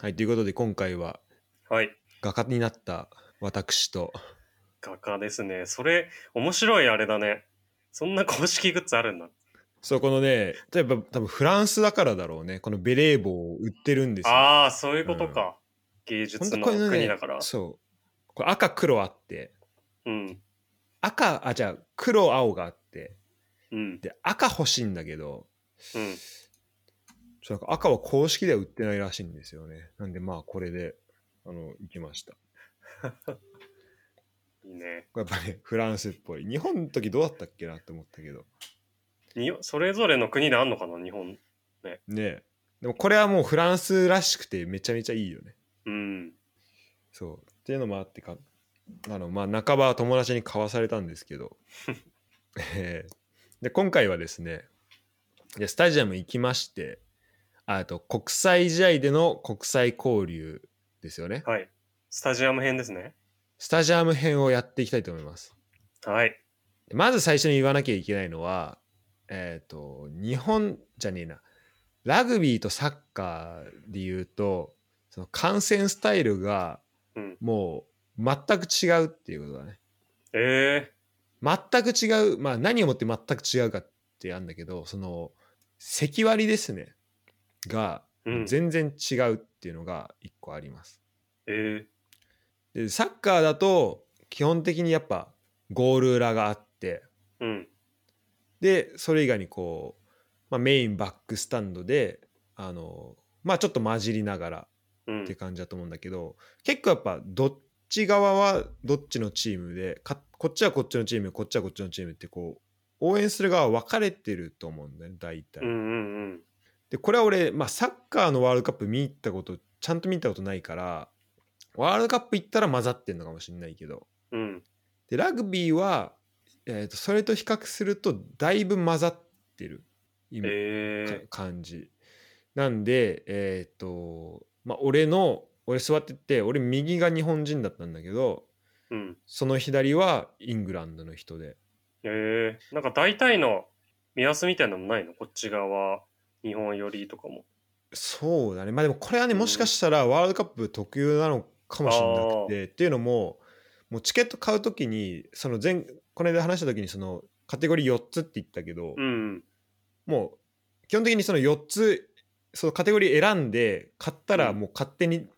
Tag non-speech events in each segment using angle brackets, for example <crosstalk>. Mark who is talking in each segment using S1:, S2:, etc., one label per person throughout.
S1: はい、ということで今回は
S2: はい。
S1: 画家になった私と、
S2: 画家ですね。それ、面白いあれだね。そんな公式グッズあるんだ。
S1: そうこのね、例えば多分フランスだからだろうね、このベレー帽を売ってるんですよ。
S2: ああ、そういうことか。芸術の
S1: これの
S2: 国
S1: ね
S2: だから。、
S1: そう。これ赤黒あって、
S2: うん。
S1: 赤、あ、じゃあ黒青があって、
S2: うん。
S1: で、赤欲しいんだけど、
S2: うん。
S1: そうなんか赤は公式では売ってないらしいんですよね。なんでまあこれで、あの、行きました。
S2: いいね。
S1: やっぱね、フランスっぽい。日本の時どうだったっけなって思ったけど。
S2: にそれぞれの国であんのかな、日本。
S1: ねえでもこれはもうフランスらしくてめちゃめちゃいいよね。
S2: うん。
S1: そう。っていうのもあってか、あの、まあ半ばは友達に買わされたんですけど。 <laughs> えーで、今回はですね、でスタジアム行きまして、あと国際試合での国際交流ですよね。
S2: はい。スタジアム編ですね。
S1: スタジアム編をやっていきたいと思います。
S2: はい。
S1: でまず最初に言わなきゃいけないのは、えっ、と、日本じゃねえな、ラグビーとサッカーで言うと、その観戦スタイルが
S2: うん
S1: もう全く違うっていうことだね。
S2: え
S1: 全く違う、まあ何をもって全く違うかってあるんだけど、その、席割りですね、が
S2: えうん。
S1: 全然違うっていうのが一個あります。
S2: え
S1: で、サッカーだと基本的にやっぱゴール裏があって、
S2: えうん。
S1: でそれ以外にこう、まあ、メインバックスタンドであのまあちょっと混じりながら
S2: う
S1: っ
S2: ん
S1: て。感じだと思うんだけど、結構やっぱどっち側はどっちのチームでかこっちはこっちのチームこっちはこっちのチームってこう応援する側は分かれてると思うんだよね大体。
S2: うんうんうん。
S1: でこれは俺、まあ、サッカーのワールドカップ見に行ったことちゃんと見に行ったことないからワールドカップ行ったら混ざってんのかもしれないけど
S2: うん。
S1: でラグビーは、えーとそれと比較するとだいぶ混ざってるイメージ
S2: え
S1: か
S2: え
S1: 感じなんでえーっとまあ俺の俺座ってて俺右が日本人だったんだけど
S2: うん。
S1: その左はイングランドの人で
S2: ええなんか大体の目安みたいなのもないのこっち側、日本寄りとかも。
S1: そうだねまあでもこれはね
S2: うん
S1: もしかしたらワールドカップ特有なのかもしれなくてっていうのももうチケット買う時にその前この間話した時にそのカテゴリー4つって言ったけど、
S2: うん。
S1: もう基本的にその4つそのカテゴリー選んで買ったら
S2: うん
S1: もう勝手に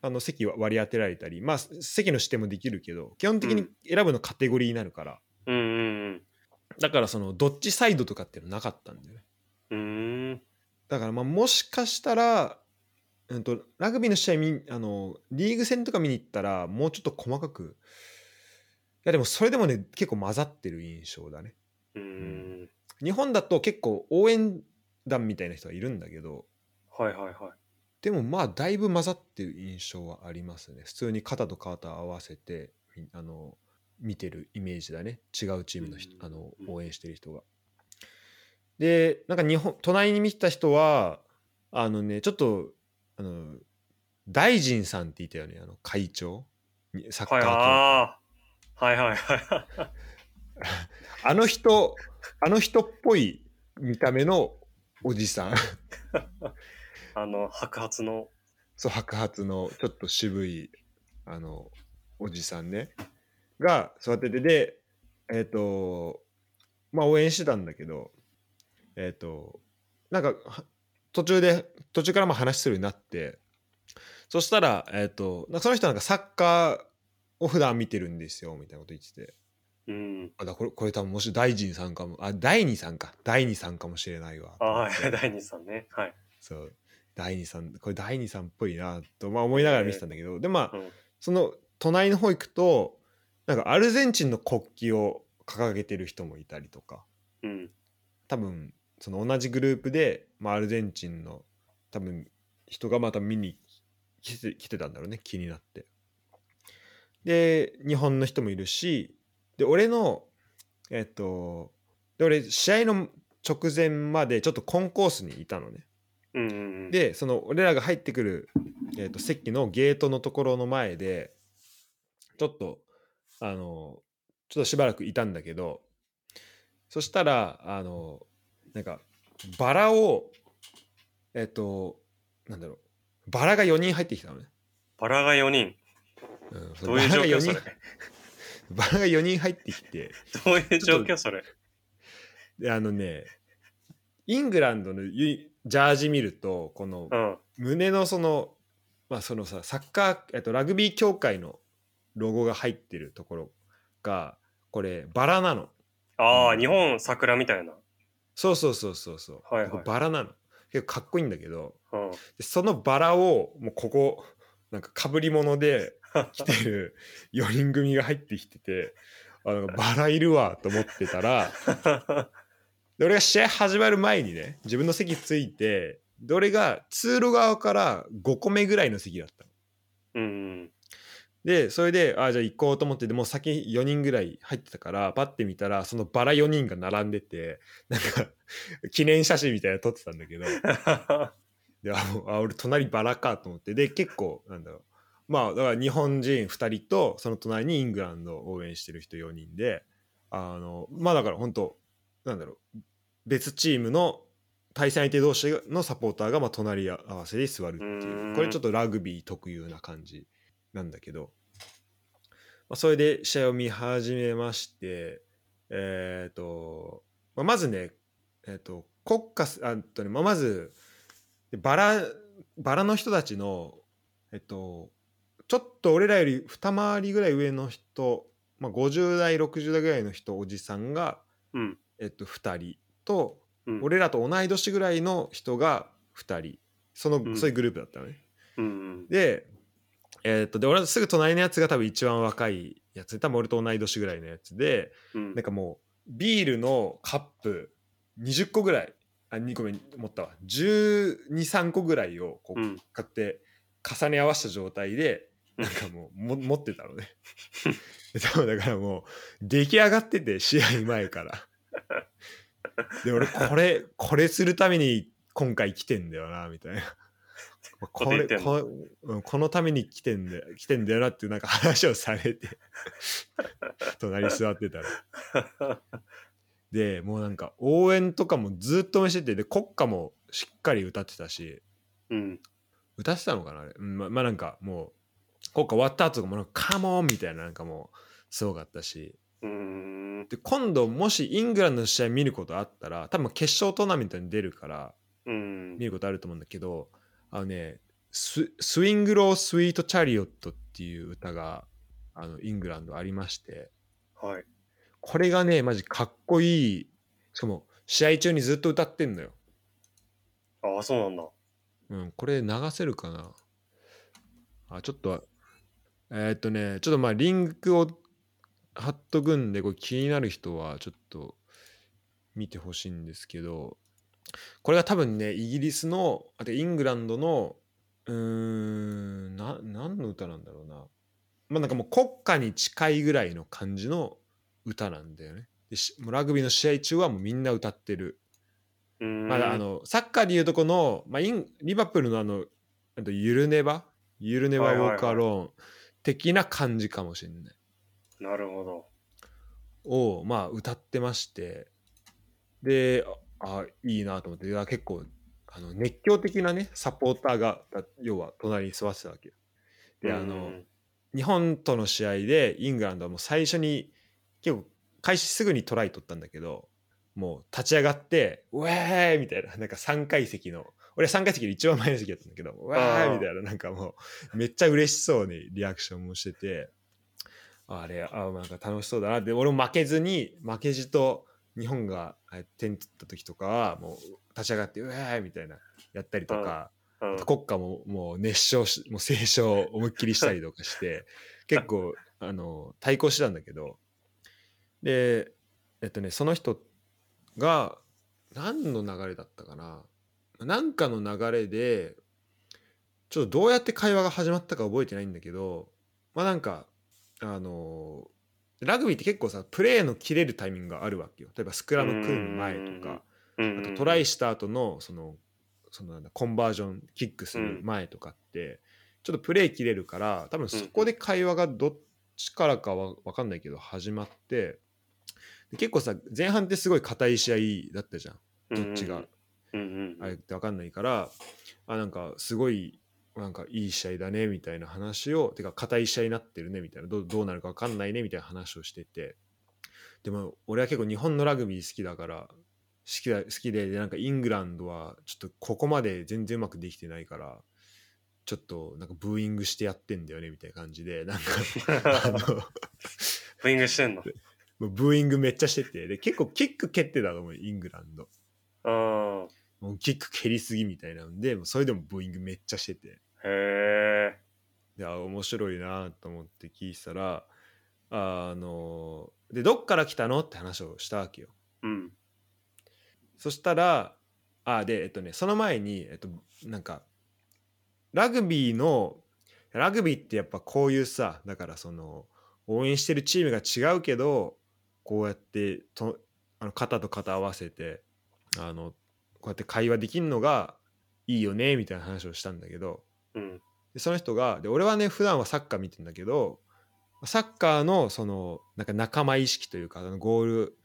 S1: あの席は割り当てられたりまあ席の指定もできるけど基本的に選ぶのカテゴリーになるから、
S2: うんうん
S1: だからそのどっちサイドとかっていうのなかったんだよね
S2: うん。うーん。
S1: だからまあもしかしたら、うん、とラグビーの試合見あのリーグ戦とか見に行ったらもうちょっと細かくいやでもそれでもね結構混ざってる印象だね
S2: うーん。
S1: 日本だと結構応援団みたいな人がいるんだけど
S2: はいはいはい。
S1: でもまあだいぶ混ざってる印象はありますね普通に肩と肩合わせてみあの見てるイメージだね違うチームの人
S2: うん
S1: あの
S2: うん
S1: 応援してる人がでなんか日本隣に見てた人はあのねちょっとあの大臣さんって言ったよねあの会長にサッカー
S2: はい、
S1: 協会
S2: ああ。はいはいはい。
S1: <laughs> あの人あの人っぽい見た目のおじさん
S2: あの、白髪の。
S1: そう白髪のちょっと渋いあのおじさんねが育ててでえっ、とまあ応援してたんだけどえっ、となんかは途中で途中からまあ話するようになってそしたらえっ、となんかその人なんかサッカーを普段見てるんですよみたいなこと言ってて
S2: うん。
S1: あだこれこれ多分もし大臣さんかもあ第二さんか第二さんかもしれないわ
S2: ああ、 <laughs> はい、第二さんね。はい。
S1: そう第二さんこれ第二さんっぽいなと、まあ、思いながら見てたんだけど、でまあ、
S2: うん
S1: その隣の方行くとなんかアルゼンチンの国旗を掲げてる人もいたりとか
S2: うん。
S1: 多分その同じグループで、まあ、アルゼンチンの多分人がまた見に来て来てたんだろうね気になってで日本の人もいるしで俺のえっとで俺試合の直前までちょっとコンコースにいたのね
S2: うんうんうん。、
S1: でその俺らが入ってくる、えー、と席のゲートのところの前でちょっとあのちょっとしばらくいたんだけどそしたらあのなんかバラをえっ、となんだろうバラが4人入ってきたのね。
S2: バラが4人。
S1: うん、そ
S2: ど
S1: の
S2: ういう
S1: バ
S2: 状
S1: ラが
S2: 況
S1: 4
S2: そ
S1: 人
S2: れ
S1: バラが4人入ってきて、
S2: どういう状況それ
S1: で、あのね、イングランドのユジャージ見ると、この
S2: うん。
S1: 胸のその、まあそのさ、サッカー、えっと、ラグビー協会のロゴが入ってるところが、これ、バラなの。
S2: ああ、
S1: うん
S2: 日本桜みたいな。
S1: そうそうそうそうそう。
S2: はいはい
S1: これバラなの。結構かっこいいんだけど、
S2: うん。
S1: でそのバラをもうここなんか被り物で来て
S2: <laughs>
S1: る4人組が入ってきててあのバラいるわと思ってたらで俺が試合始まる前にね自分の席ついてで俺が通路側から5個目ぐらいの席だったの
S2: うん。
S1: でそれであじゃあ行こうと思ってでもう先4人ぐらい入ってたからパッて見たらそのバラ4人が並んでてなんか記念写真みたいなの撮ってたんだけどであもうあ俺隣バラかと思ってで結構なんだろうまあだから日本人2人とその隣にイングランドを応援してる人4人であのまあだから本当なんだろう別チームの対戦相手同士のサポーターがまあ隣り合わせで座るって
S2: う
S1: い
S2: ん
S1: うこれちょっとラグビー特有な感じなんだけど、まあ、それで試合を見始めましてえっ、と、まあ、まずねえっ、と国家すあとね、まあ、まずでバラバラの人たちのえっとちょっと俺らより二回りぐらい上の人、まあ、50代60代ぐらいの人おじさんが、
S2: <laughs> うん
S1: えっと、2人と、
S2: うん、
S1: 俺らと同い年ぐらいの人が2人その、
S2: うん
S1: そういうグループだったのね。
S2: うんうん。
S1: で,、えっとで俺のすぐ隣のやつが多分一番若いやつで多分俺と同い年ぐらいのやつで、
S2: うん
S1: なんかもうビールのカップ20個ぐらいあ2個目持ったわ123個ぐらいをこ
S2: うん
S1: う買って重ね合わせた状態でなんかもうも持ってたのね <laughs> で多分だからもう出来上がってて試合前からで俺これこれするために今回来てんだよなみたいな。 <laughs> こ
S2: 言っ
S1: れ
S2: てんの
S1: こうんこのために来てんだよ来てんだよなっていうなんか話をされて <laughs> 隣に座ってたらでもうなんか応援とかもずっと応援しててで国歌もしっかり歌ってたし
S2: うん。
S1: 歌ってたのかなあれ、うんままあなんかもう国歌終わった後とかもなんか「カモン!」みたいななんかもうすごかったし
S2: うん。
S1: で今度もしイングランドの試合見ることあったら多分決勝トーナメントに出るから
S2: うん
S1: 見。ることあると思うんだけどあのねス「スイングロースイートチャリオット」っていう歌があのイングランドありまして
S2: はい。
S1: これがねマジかっこいいしかも試合中にずっと歌ってんのよ
S2: ああ、そうなんだ。
S1: うん、これ流せるかなあ、ちょっと、えーっとね、ちょっとまあリンクを貼っとくんで、これ気になる人はちょっと見てほしいんですけど、これが多分ね、イギリスの、あとイングランドの、うーん、な、何の歌なんだろうな。まあなんかもう国歌に近いぐらいの感じの歌なんだよね。でしもうラグビーの試合中はもうみんな歌ってる。
S2: うん。
S1: まあ、あのサッカーでいうとこの、まあ、インリバプールのあのあとゆるねばゆるねば
S2: は
S1: ウ
S2: いはいはい
S1: ォークアローン的な感じかもしれない
S2: なるほど。
S1: を、まあ、歌ってましてでああいいなと思っていや結構あの熱狂的なねサポーターがだ要は隣に座ってたわけであの、
S2: うん
S1: 日本との試合でイングランドはもう最初に結構開始すぐにトライ取ったんだけどもう立ち上がって「ウェーイ!」みたいななんか3階席の俺は3階席で一番前の席だったんだけど「ウェーイ!」みたいななんかもうめっちゃ嬉しそうにリアクションもしててあれあなんか楽しそうだなで俺も負けずに負けじと日本がえ点取った時とかはもう立ち上がって「ウェーイ!」みたいなやったりとか。
S2: うん
S1: 国歌ももう熱唱しもう斉唱を思いっきりしたりとかして
S2: <laughs>
S1: 結構あの対抗してたんだけどでえっとねその人が何の流れだったかななんかの流れでちょっとどうやって会話が始まったか覚えてないんだけどまあなんかあのラグビーって結構さプレーの切れるタイミングがあるわけよ例えばスクラム組む前とか
S2: うん
S1: あとトライした後のそのそのなんだコンバージョンキックする前とかって、ちょっとプレー切れるから多分そこで会話がどっちからかは分かんないけど始まってで結構さ前半ってすごい硬い試合だったじゃんどっちが。
S2: うんうんうんうんうん
S1: あれって分かんないからあなんかすごいなんかいい試合だねみたいな話をてか硬い試合になってるねみたいなどうどうなるか分かんないねみたいな話をしててでも俺は結構日本のラグビー好きだから好きだ好きででなんかイングランドはちょっとここまで全然うまくできてないからちょっとなんかブーイングしてやってんだよねみたいな感じでなんかあの
S2: ブイングしてんの。
S1: もうブーイングめっちゃしててで結構キック蹴ってたと思うイングランド
S2: うん。
S1: もうキック蹴りすぎみたいなんでもうそれでもブーイングめっちゃしてて
S2: へえ。
S1: であ面白いなと思って聞いてたらあのでどっから来たのって話をしたわけよ
S2: うん。
S1: そしたらあでえっとねその前に、えっと、なんかラグビーのラグビーってやっぱこういうさだからその応援してるチームが違うけどこうやってとあの肩と肩合わせてあのこうやって会話できるのがいいよねみたいな話をしたんだけど
S2: うん。
S1: でその人がで俺はね普段はサッカー見てんだけどサッカーのそのなんか仲間意識というかあのゴール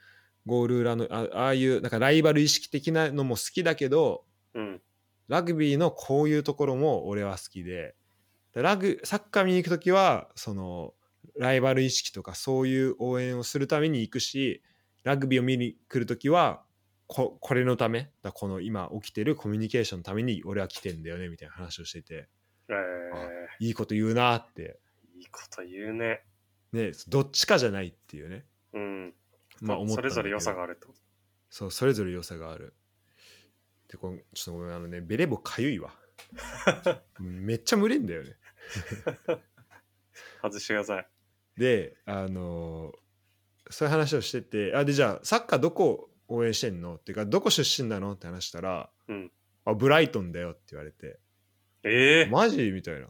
S1: ゴール裏のあああいうなんかライバル意識的なのも好きだけど
S2: うん。
S1: ラグビーのこういうところも俺は好きででラグサッカー見に行く時はそのライバル意識とかそういう応援をするために行くしラグビーを見に来る時はここれのためだこの今起きてるコミュニケーションのために俺は来てんだよねみたいな話をしてて
S2: ええ。
S1: いいこと言うなって、
S2: いいこと言うね。
S1: ね、どっちかじゃないっていうね、
S2: うん。
S1: まあ、思った
S2: そ
S1: んだけ
S2: れ
S1: ど
S2: ぞれ良さがあると。
S1: そうそれぞれ良さがあるでこのちょっとごめんあのねベレー帽かゆい
S2: <laughs>
S1: わめっちゃ蒸れんだよね
S2: 外してください。
S1: であのーそういう話をしててあでじゃあサッカーどこ応援してんのっていうかどこ出身なのって話したら、
S2: うん
S1: あブライトンだよって言われて
S2: え
S1: <laughs>
S2: え。
S1: マジみたいな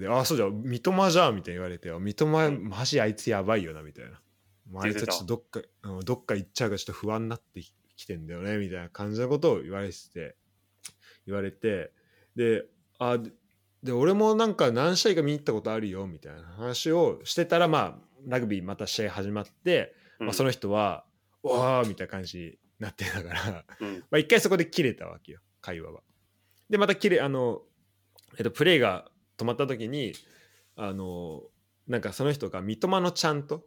S1: であそうじゃん三笘じゃんみたいに言われてあ三笘マジあいつやばいよなみたいな、まあ、あい
S2: 出
S1: つ
S2: て
S1: はちょ
S2: た
S1: っとどっか、うんどっか行っちゃうからちょっと不安になってきてんだよねみたいな感じのことを言われてて言われてであでで俺もなんか何試合か見に行ったことあるよみたいな話をしてたらまあラグビーまた試合始まって、
S2: うん
S1: まあ、その人は「わあ」みたいな感じになってたから
S2: うん。
S1: まあ、一回そこで切れたわけよ会話は。でまた切れあの、えっと、プレーが止まった時にあのなんかその人が三笘のちゃんと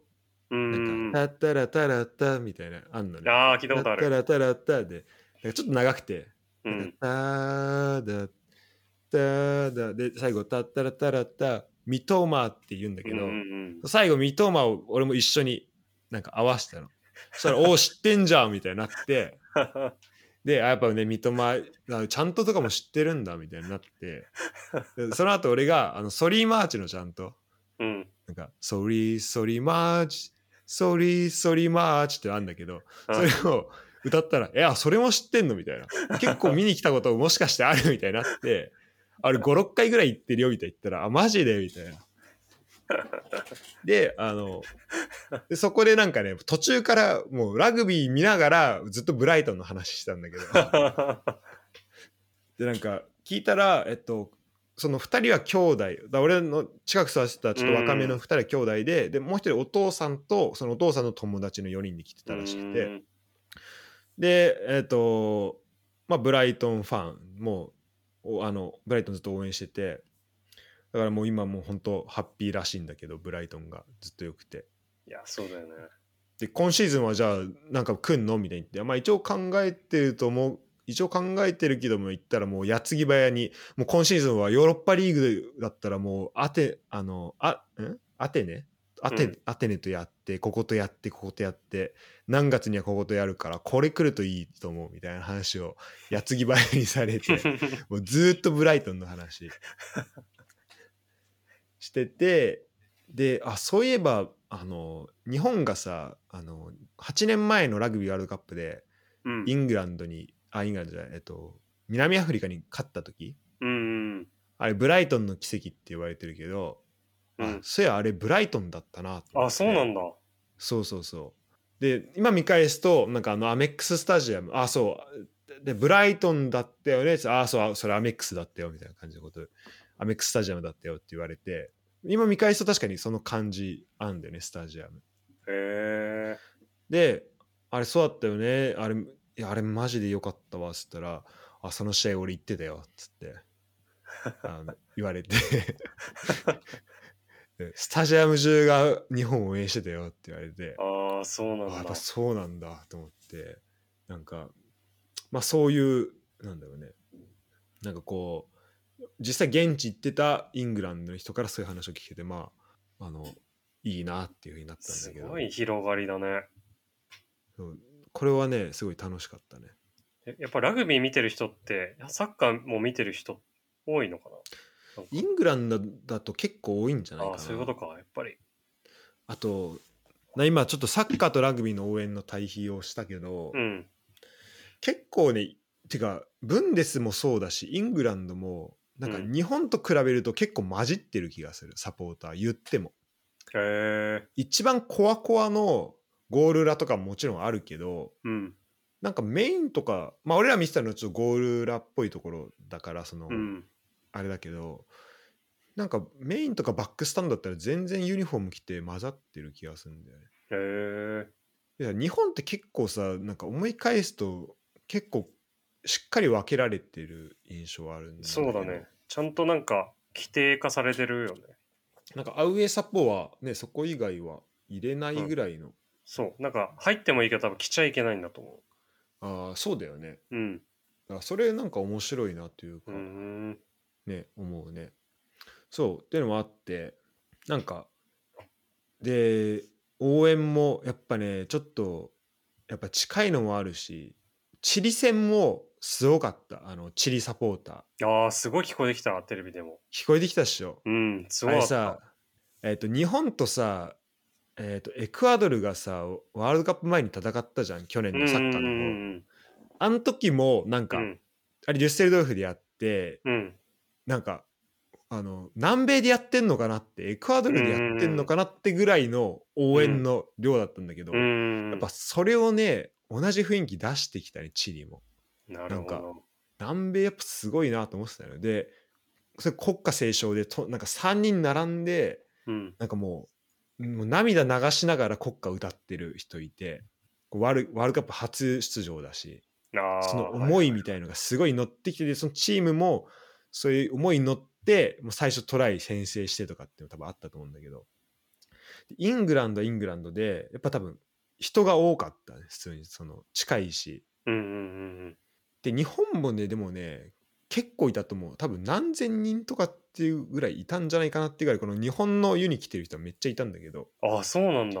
S1: 「
S2: う
S1: なん
S2: ん。
S1: かタッタラタラッタ」みたいなあんのね。
S2: ああ、聞いた
S1: タ
S2: ことあ
S1: ッタ
S2: る。
S1: ラタラッタでなんかちょっと長くて「
S2: う
S1: なんん。かターダターダ」で最後「タッタラタラッタ」「三笘」って言うんだ
S2: う
S1: け
S2: んう
S1: ど、
S2: ん
S1: 最後三笘を俺も一緒になんか合わせたの。そしたら「おお知ってんじゃん」みたいになって。
S2: うん。
S1: であやっぱね三笘あちゃんととかも知ってるんだみたいになってでその後俺があのソリーマーチのちゃんと
S2: うん。
S1: なんかソリーソリーマーチソリーソリーマーチってあるんだけどそれを歌ったら「いやそれも知ってんの?」みたいな結構見に来たこともしかしてあるみたいになってあれ56回ぐらい行ってるよみたいな言ったら「あマジで?」みたいな。であのでそこでなんかね途中からもうラグビー見ながらずっとブライトンの話したんだけど。でなんか聞いたらえっとその2人は兄弟だから俺の近く座ってたちょっと若めの2人は兄弟で、でもう一人お父さんとそのお父さんの友達の4人で来てたらしくて、
S2: うん
S1: でえっとまあブライトンファンもうおあのブライトンずっと応援しててだからもう今もう本当ハッピーらしいんだけどブライトンがずっと良くて
S2: いや、そうだよね。
S1: で今シーズンはじゃあなんか来んのみたいに言って、まあ、一応考えてると思う一応考えてるけども言ったらもう矢継ぎ早にもう今シーズンはヨーロッパリーグだったらもうアテあのあんアテネアテ,、
S2: うん
S1: アテネとやってこことやってこことやって何月にはこことやるからこれ来るといいと思うみたいな話を矢継ぎ早にされてもうずーっとブライトンの話しててであそういえばあの日本がさあの8年前のラグビーワールドカップで
S2: <laughs> うん
S1: イングランドにあイングランドじゃないえっと南アフリカに勝った時
S2: うん。
S1: あれブライトンの奇跡って言われてるけど、
S2: う
S1: あ
S2: ん。
S1: そういやあれブライトンだったなと思って
S2: あ、そうなんだ。
S1: そうそうそう。で、今見返すと、なんかあのアメックススタジアム、あ、そう。で、ブライトンだったよね。あ、そうあ、それアメックスだったよ、みたいな感じのこと。アメックススタジアムだったよって言われて、今見返すと確かにその感じあるんだよね、スタジアム。
S2: へえ。
S1: で、あれそうだったよね。あれ、いや、あれマジで良かったわ、っつったら、あ、その試合俺行ってたよ、っつって。あの言われてでスタジアム中が日本を応援してたよって言われて
S2: ああ、そうな
S1: あや
S2: ん
S1: っ
S2: だ
S1: ぱ。そうなんだと思ってなんかまあそういうなんだろうねなんかこう実際現地行ってたイングランドの人からそういう話を聞けてまああのいいなっていうふうになったんだ
S2: す
S1: けど
S2: ごい広がりだね。
S1: そうこれはねすごい楽しかったね
S2: えやっぱラグビー見てる人って、サッカーも見てる人多いのかな
S1: イングランドだと結構多いんじゃ
S2: な
S1: ない
S2: ん
S1: か
S2: か
S1: な
S2: ああ、そういうことか、やっぱり。
S1: あとな今ちょっとサッカーとラグビーの応援の対比をしたけど、
S2: うん。
S1: 結構ねてかブンデスもそうだしイングランドもなんか
S2: うん
S1: 日本と比べると結構混じってる気がするサポーター言っても
S2: へえ。
S1: 一番コアコアのゴール裏とかももちろんあるけど
S2: うん。
S1: なんかメインとかまあ俺ら見てたのはちょっとゴール裏っぽいところだからその、
S2: うん。
S1: あれだけどなんかメインとかバックスタンドだったら全然ユニフォーム着て混ざってる気がするんだよね
S2: へえ。
S1: いや日本って結構さなんか思い返すと結構しっかり分けられてる印象はあるんだけ
S2: そ
S1: ど
S2: うだね。ちゃんとなんか、規定化されてるよね。
S1: なんかアウェーサポはねそこ以外は入れないぐらいの、
S2: そう。なんか、入ってもいいけど、多分来ちゃいけないんだと思
S1: ああそうだよね
S2: う。うん。
S1: だからそれなんか面白いなという
S2: う
S1: か、
S2: ーん。
S1: ね思うねそうっていうのもあってなんかで応援もやっぱねちょっとやっぱ近いのもあるしチリ戦もすごかったあのチリサポーター
S2: ああ、すごい聞こえてきた、テレビでも。
S1: 聞こえてきたっしょ
S2: うん、す
S1: あ
S2: ごい
S1: れ。さ、えっと日本とさ、えっとエクアドルがさワールドカップ前に戦ったじゃん去年
S2: うんう
S1: の
S2: ん
S1: サッカー
S2: う
S1: の方
S2: ん
S1: あの時もなん
S2: う
S1: か、
S2: ん。
S1: あれデュッセルドルフでやって
S2: うん。
S1: なんかあの南米でやってんのかなってエクアドルでやってんのかなってぐらいの応援の量だったんだけど、
S2: うん。
S1: やっぱそれをね同じ雰囲気出してきたねチリも
S2: なる
S1: な
S2: ほ
S1: ん
S2: ど。
S1: 南米やっぱすごいなと思ってたのでそれ国家斉唱でとなんか3人並んで
S2: うん。
S1: なんかもうもう涙流しながら国歌歌ってる人いてこうワールワールドカップ初出場だし
S2: ああ。
S1: その思い
S2: は
S1: みたいのがすごい乗ってきててそのチームもそういう思いに乗ってもう最初トライ先制してとかっていうの多分あったと思うんだけどイングランドはイングランドでやっぱ多分人が多かったね普通にその近いし
S2: いはい。うんうん
S1: で日本もねでもね結構いたと思う多分何千人とかっていうぐらいいたんじゃないかなっていうぐらいこの日本の湯に来てる人はめっちゃいたんだけど
S2: うんうん。ああ、そうなんだ。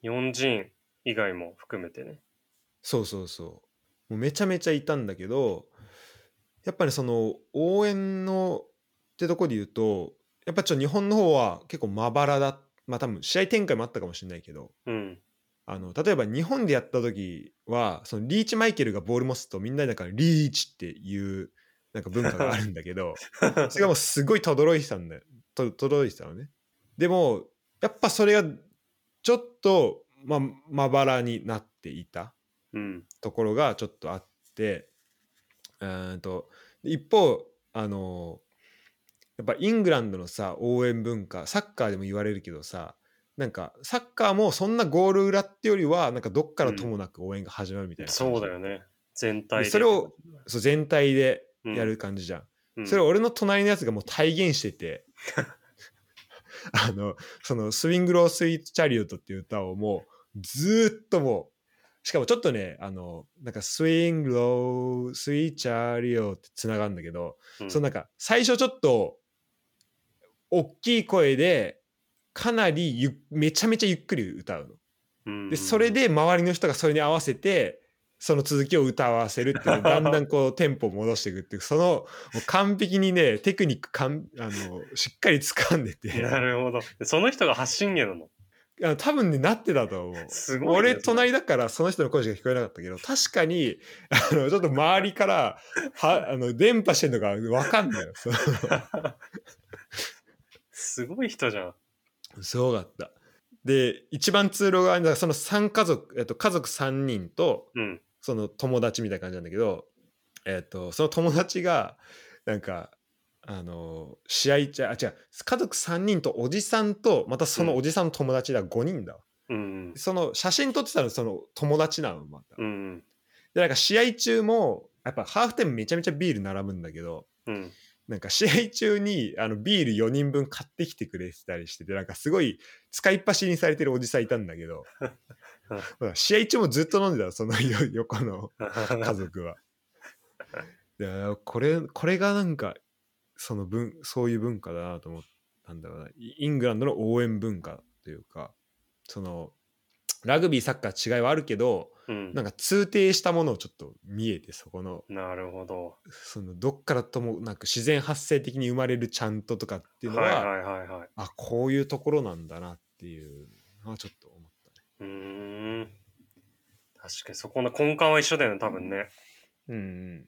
S2: 日本人以外も含めてね。
S1: そうそうそうもうめちゃめちゃいたんだけどやっぱりその応援のってとこで言うとやっぱちょっと日本の方は結構まばらだまあ多分試合展開もあったかもしれないけど <laughs>
S2: うん。
S1: あの例えば日本でやった時はそのリーチマイケルがボール持つとみんななんかリーチっていうなんか文化があるんだけどそれがもうすごい轟いてたんだよと轟いてたのねでもやっぱそれがちょっとまあまばらになっていた
S2: うん。
S1: ところがちょっとあってうーんと一方あのやっぱイングランドのさ応援文化サッカーでも言われるけどさなんかサッカーもそんなゴール裏ってよりはなんかどっからともなく応援が始まるみたいな感じ、
S2: そうだよね。全体
S1: で
S2: で。
S1: それをそう全体でやる感じじゃん、
S2: うん、
S1: それを俺の隣のやつがもう体現しててあのその「スウィング・ロー・スイート・チャリオット」っていう歌をもうずーっともうしかもちょっとねあのなんか「スウィング・ロー・スイート・チャリオット」ってつながるんだけど、
S2: うん、
S1: そのなんか最初ちょっと大きい声でかなりゆっめちゃめちゃゆっくり歌うの。
S2: うん
S1: でそれ、で周りの人がそれに合わせてその続きを歌わせるっていう
S2: <laughs>
S1: だんだんこうテンポを戻していくっていうそのもう完璧にねテクニックかんあのしっかり掴んでて
S2: なるほど。でその人が発信源なの。
S1: あの多分ねなってたと思う。
S2: すごいね、
S1: 俺
S2: それ
S1: 隣だからその人の声しか聞こえなかったけど確かにあのちょっと周りからはあの電波してるのが分かんないよ。その
S2: <laughs> すごい人じゃん。
S1: すごかった。で一番通路側にだからその3家族、えっと、家族3人と
S2: うん。
S1: その友達みたいな感じなんだけど、えっとその友達がなんかあの試合中あ違う家族3人とおじさんとまたそのおじさんの友達だ5人だわ、
S2: うん。
S1: その写真撮ってたのその友達なのまた、
S2: うん。
S1: でなんか試合中もやっぱハーフタイムめちゃめちゃビール並ぶんだけど
S2: うん。
S1: なんか試合中にあのビール4人分買ってきてくれてたりしててなんかすごい使いっ走りにされてるおじさんいたんだけどほら試合中もずっと飲んでたのそのよ横の家族は。いやこれこれがなんかその文そういう文化だなと思ったんだろうなイイングランドの応援文化というかそのラグビーサッカー違いはあるけど
S2: うん
S1: なんか通底したものをちょっと見えてそこの
S2: なるほど。
S1: そのどっからともなく自然発生的に生まれるちゃんととかっていうのは、
S2: はいはいはいはい。
S1: あこういうところなんだなっていうのはちょっと思っ
S2: うーん。確かにそこの根幹は一緒だよね、多分ね。
S1: たね。うん、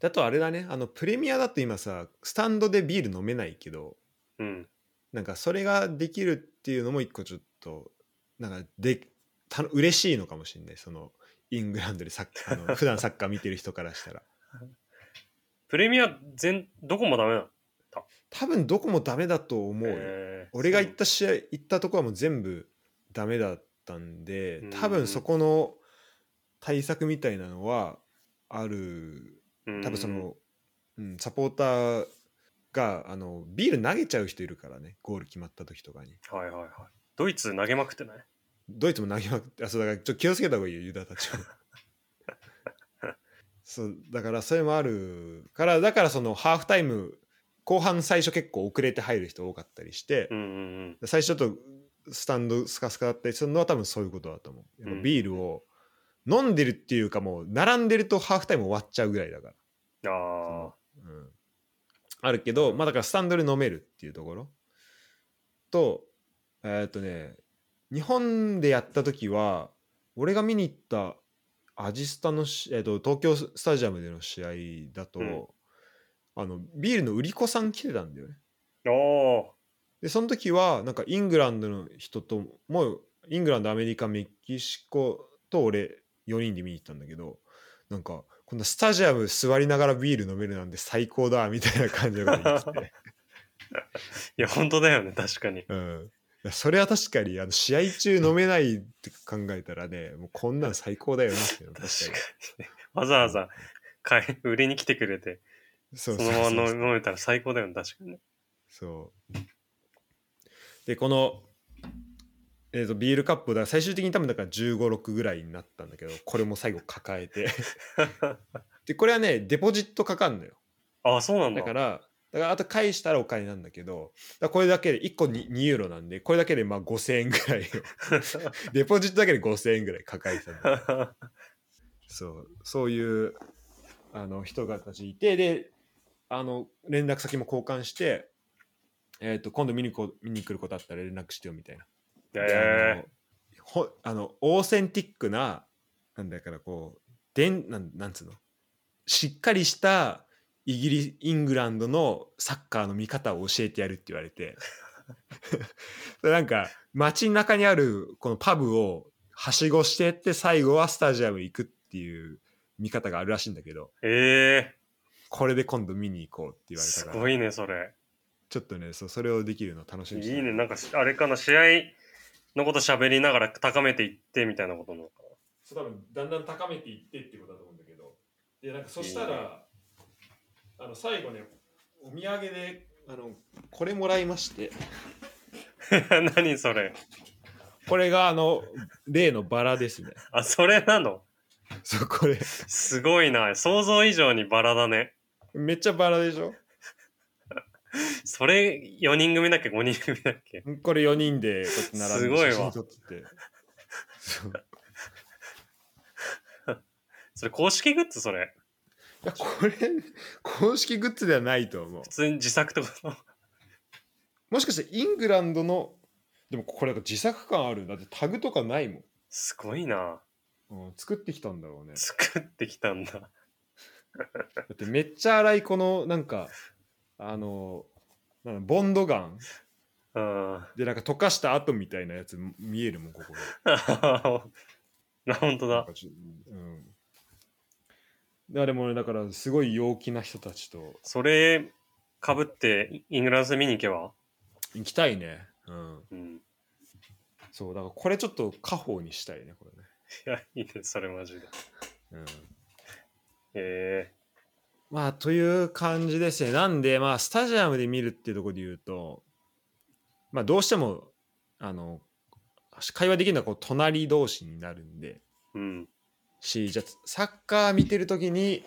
S1: だとあれだねあのプレミアだと今さスタンドでビール飲めないけど
S2: うん。
S1: なんかそれができるっていうのも一個ちょっとなんかでたの嬉しいのかもしれないそのイングランドでサッカーあ
S2: <laughs>
S1: の普段サッカー見てる人からしたら
S2: プレミア全、どこもダメなの
S1: 多分どこもダメだと思うよ。
S2: へー
S1: 俺が行った試合行ったとこはもう全部ダメだったんで
S2: うん
S1: 多分そこの対策みたいなのはある
S2: うん
S1: 多分その、うん、サポーターがあのビール投げちゃう人いるからねゴール決まった時とかに
S2: はいはいはい。ドイツ投げまくってない
S1: ドイツも投げまくってあそうだからちょっと気をつけた方がいいよユダたち
S2: <laughs>
S1: はそうだからそれもあるからだからそのハーフタイム後半最初結構遅れて入る人多かったりして、
S2: うんうんうん。
S1: 最初ちょっとスタンドスカスカだったりするのは多分そういうことだと思うやっぱビールを飲んでるっていうかもう並んでるとハーフタイム終わっちゃうぐらいだから、
S2: あ
S1: うん、あるけどまあだからスタンドで飲めるっていうところとえーっとね日本でやった時は俺が見に行ったアジスタのし、えーっと東京スタジアムでの試合だと、
S2: うん
S1: あのビールの売り子さん来てたんだよね
S2: あ。おお。
S1: でその時はなんかイングランドの人ともうイングランドアメリカメキシコと俺4人で見に行ったんだけどなんかこんなスタジアム座りながらビール飲めるなんて最高だみたいな感じのこと言って <laughs> て、
S2: いや、本当だよね、確かに。
S1: うん、いやそれは確かにあの試合中飲めないって考えたらねもうこんなん最高だよなっていうのは
S2: 確
S1: 確
S2: か
S1: か
S2: にね。わざわざ買い売りに来てくれて、
S1: に
S2: そ
S1: そう
S2: のまま飲めたら最高だよね、確かにね。
S1: そう。で、この、えー、とビールカップだ最終的に多分だから15、6ぐらいになったんだけど、これも最後抱えて。で、これはね、デポジットかかんのよ。
S2: ああ、そうなんだ。
S1: だから、だからあと返したらお金なんだけど、だからこれだけで1個 2, 2ユーロなんで、これだけでまあ5000円ぐらいを、デポジットだけで5000円ぐらい抱えてたんだよ
S2: <laughs>
S1: そうそういうあの人がたちいてであの連絡先も交換して、えー、と今度見にこ見に来ることあったら連絡してよみたいな。
S2: え
S1: であ
S2: え
S1: のほあのオーセンティックななんだからこうでんなんなんつうのしっかりしたイギリスイングランドのサッカーの見方を教えてやるって言われて <laughs> なんか街中にあるこのパブをはしごしてって最後はスタジアム行くっていう見方があるらしいんだけど
S2: え
S1: これで今度見に行こうって
S2: え
S1: 言われた
S2: す
S1: から
S2: ごいね、それ。
S1: ちょっとねそうそれをできるの楽し
S2: い
S1: みに
S2: い
S1: してる
S2: ね、なんかし、あれかな、試合のこと喋りながら高めていってみたいなことなのか <laughs>
S1: そう多分だんだん高めていってってことだと思うんだけどでなんかそした
S2: いい
S1: らあの最後ねお土産であのこれもらいまして
S2: な。何それ。
S1: これがあの例のバラですね
S2: あ、それなの
S1: <laughs> そうこれ
S2: すごいな。想像以上にバラだね。
S1: めっちゃバラでしょ
S2: それ4人組だっけ ?5 人組だっけ
S1: これ4人でこうやって並んです
S2: ごいわ
S1: 写真撮っててそうい
S2: それ公式グッズそれ。
S1: やこれ公式グッズではないと思う
S2: 普通に自作ってこと
S1: もしかしてイングランドのでもこれなんか自作感あるんだってタグとかないも
S2: すごいな。
S1: ん、うん、作ってきたんだろうね
S2: 作ってきたんだ。
S1: だってめっちゃ荒いこのなんかあのなんだボンドガン
S2: うん。
S1: でなんか溶かした跡みたいなやつ見えるもんここで
S2: <laughs> な、本当
S1: なん
S2: だ
S1: か。ちょうんだからでもねだからすごい陽気な人たちと
S2: それ、かぶって、イングランド戦見に行けば
S1: 行きたいねうん
S2: うん。
S1: そうだからこれちょっと家宝にしたいねこれね
S2: いや、いいね、それマジで。
S1: うん
S2: え
S1: まあ、という感じですね。なんで、まあ、スタジアムで見るっていうところで言うと、まあ、どうしても、あの、会話できるのはこう隣同士になるんで、
S2: うん。
S1: し、じゃあサッカー見てるときに、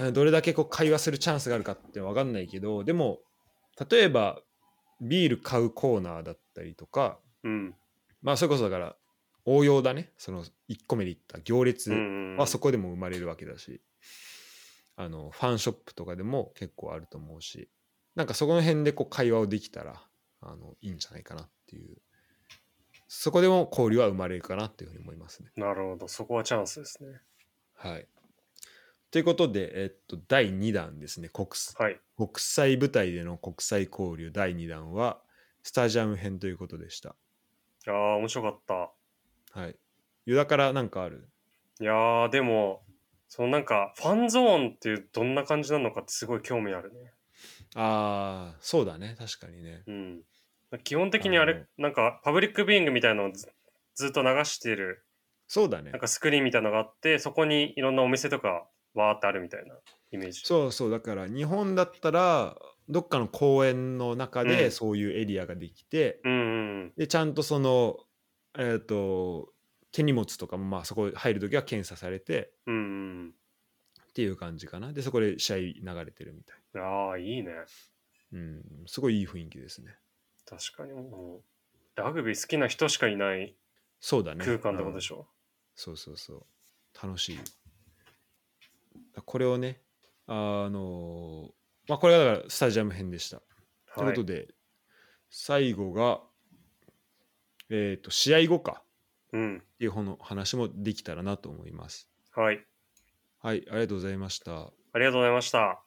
S1: うんどれだけこう会話するチャンスがあるかって分かんないけど、でも、例えば、ビール買うコーナーだったりとか、
S2: うん。
S1: まあ、それこそだから、応用だね。その、1個目で言った行列。
S2: うん。
S1: はそこでも生まれるわけだし、あのファンショップとかでも結構あると思うしなんかそこの辺でこう会話をできたらあのいいんじゃないかなっていうそこでも交流は生まれるかなっていうふうに思いますね。
S2: なるほど。そこはチャンスですね。
S1: はい、ということで、えっと、第2弾ですね国す
S2: はい。
S1: 国際舞台での国際交流第2弾はスタジアム編ということでした。
S2: いやー、面白かった。
S1: はい、ユダからなんかある
S2: いやー、でも、そのなんか、ファンゾーンっていうどんな感じなのかってすごい興味あるね。
S1: ああそうだね確かにね。
S2: うん。基本的にあ
S1: あの
S2: れ、なんか、パブリックビューイングみたいのをずずっと流してる、
S1: そうだね
S2: なん。かスクリーンみたいのがあって、そこにいろんなお店とか、わーってあるみたいなイメージ。
S1: そうそうだから日本だったらどっかの公園の中
S2: う
S1: で
S2: ん
S1: そういうエリアができて、
S2: うんうん
S1: でちゃんとそのえっ、と手荷物とかもまあそこ入る時は検査されて
S2: うん。うん
S1: っていう感じかなでそこで試合流れてるみたい、
S2: うん。ああ、いいね。
S1: うん、すごいいい雰囲気ですね
S2: 確かにもう、ラグビー好きな人しかいない
S1: そうだね
S2: 空間ってことで
S1: ょ
S2: しょ。
S1: そうそうそう楽しいこれをねあのまあこれがだからスタジアム編でしたという
S2: は
S1: こと
S2: い。
S1: で、最後が、えー、と試合後か
S2: うん。
S1: っていう方の話もできたらなと思います。
S2: はい。
S1: はい、ありがとうございました。
S2: ありがとうございました。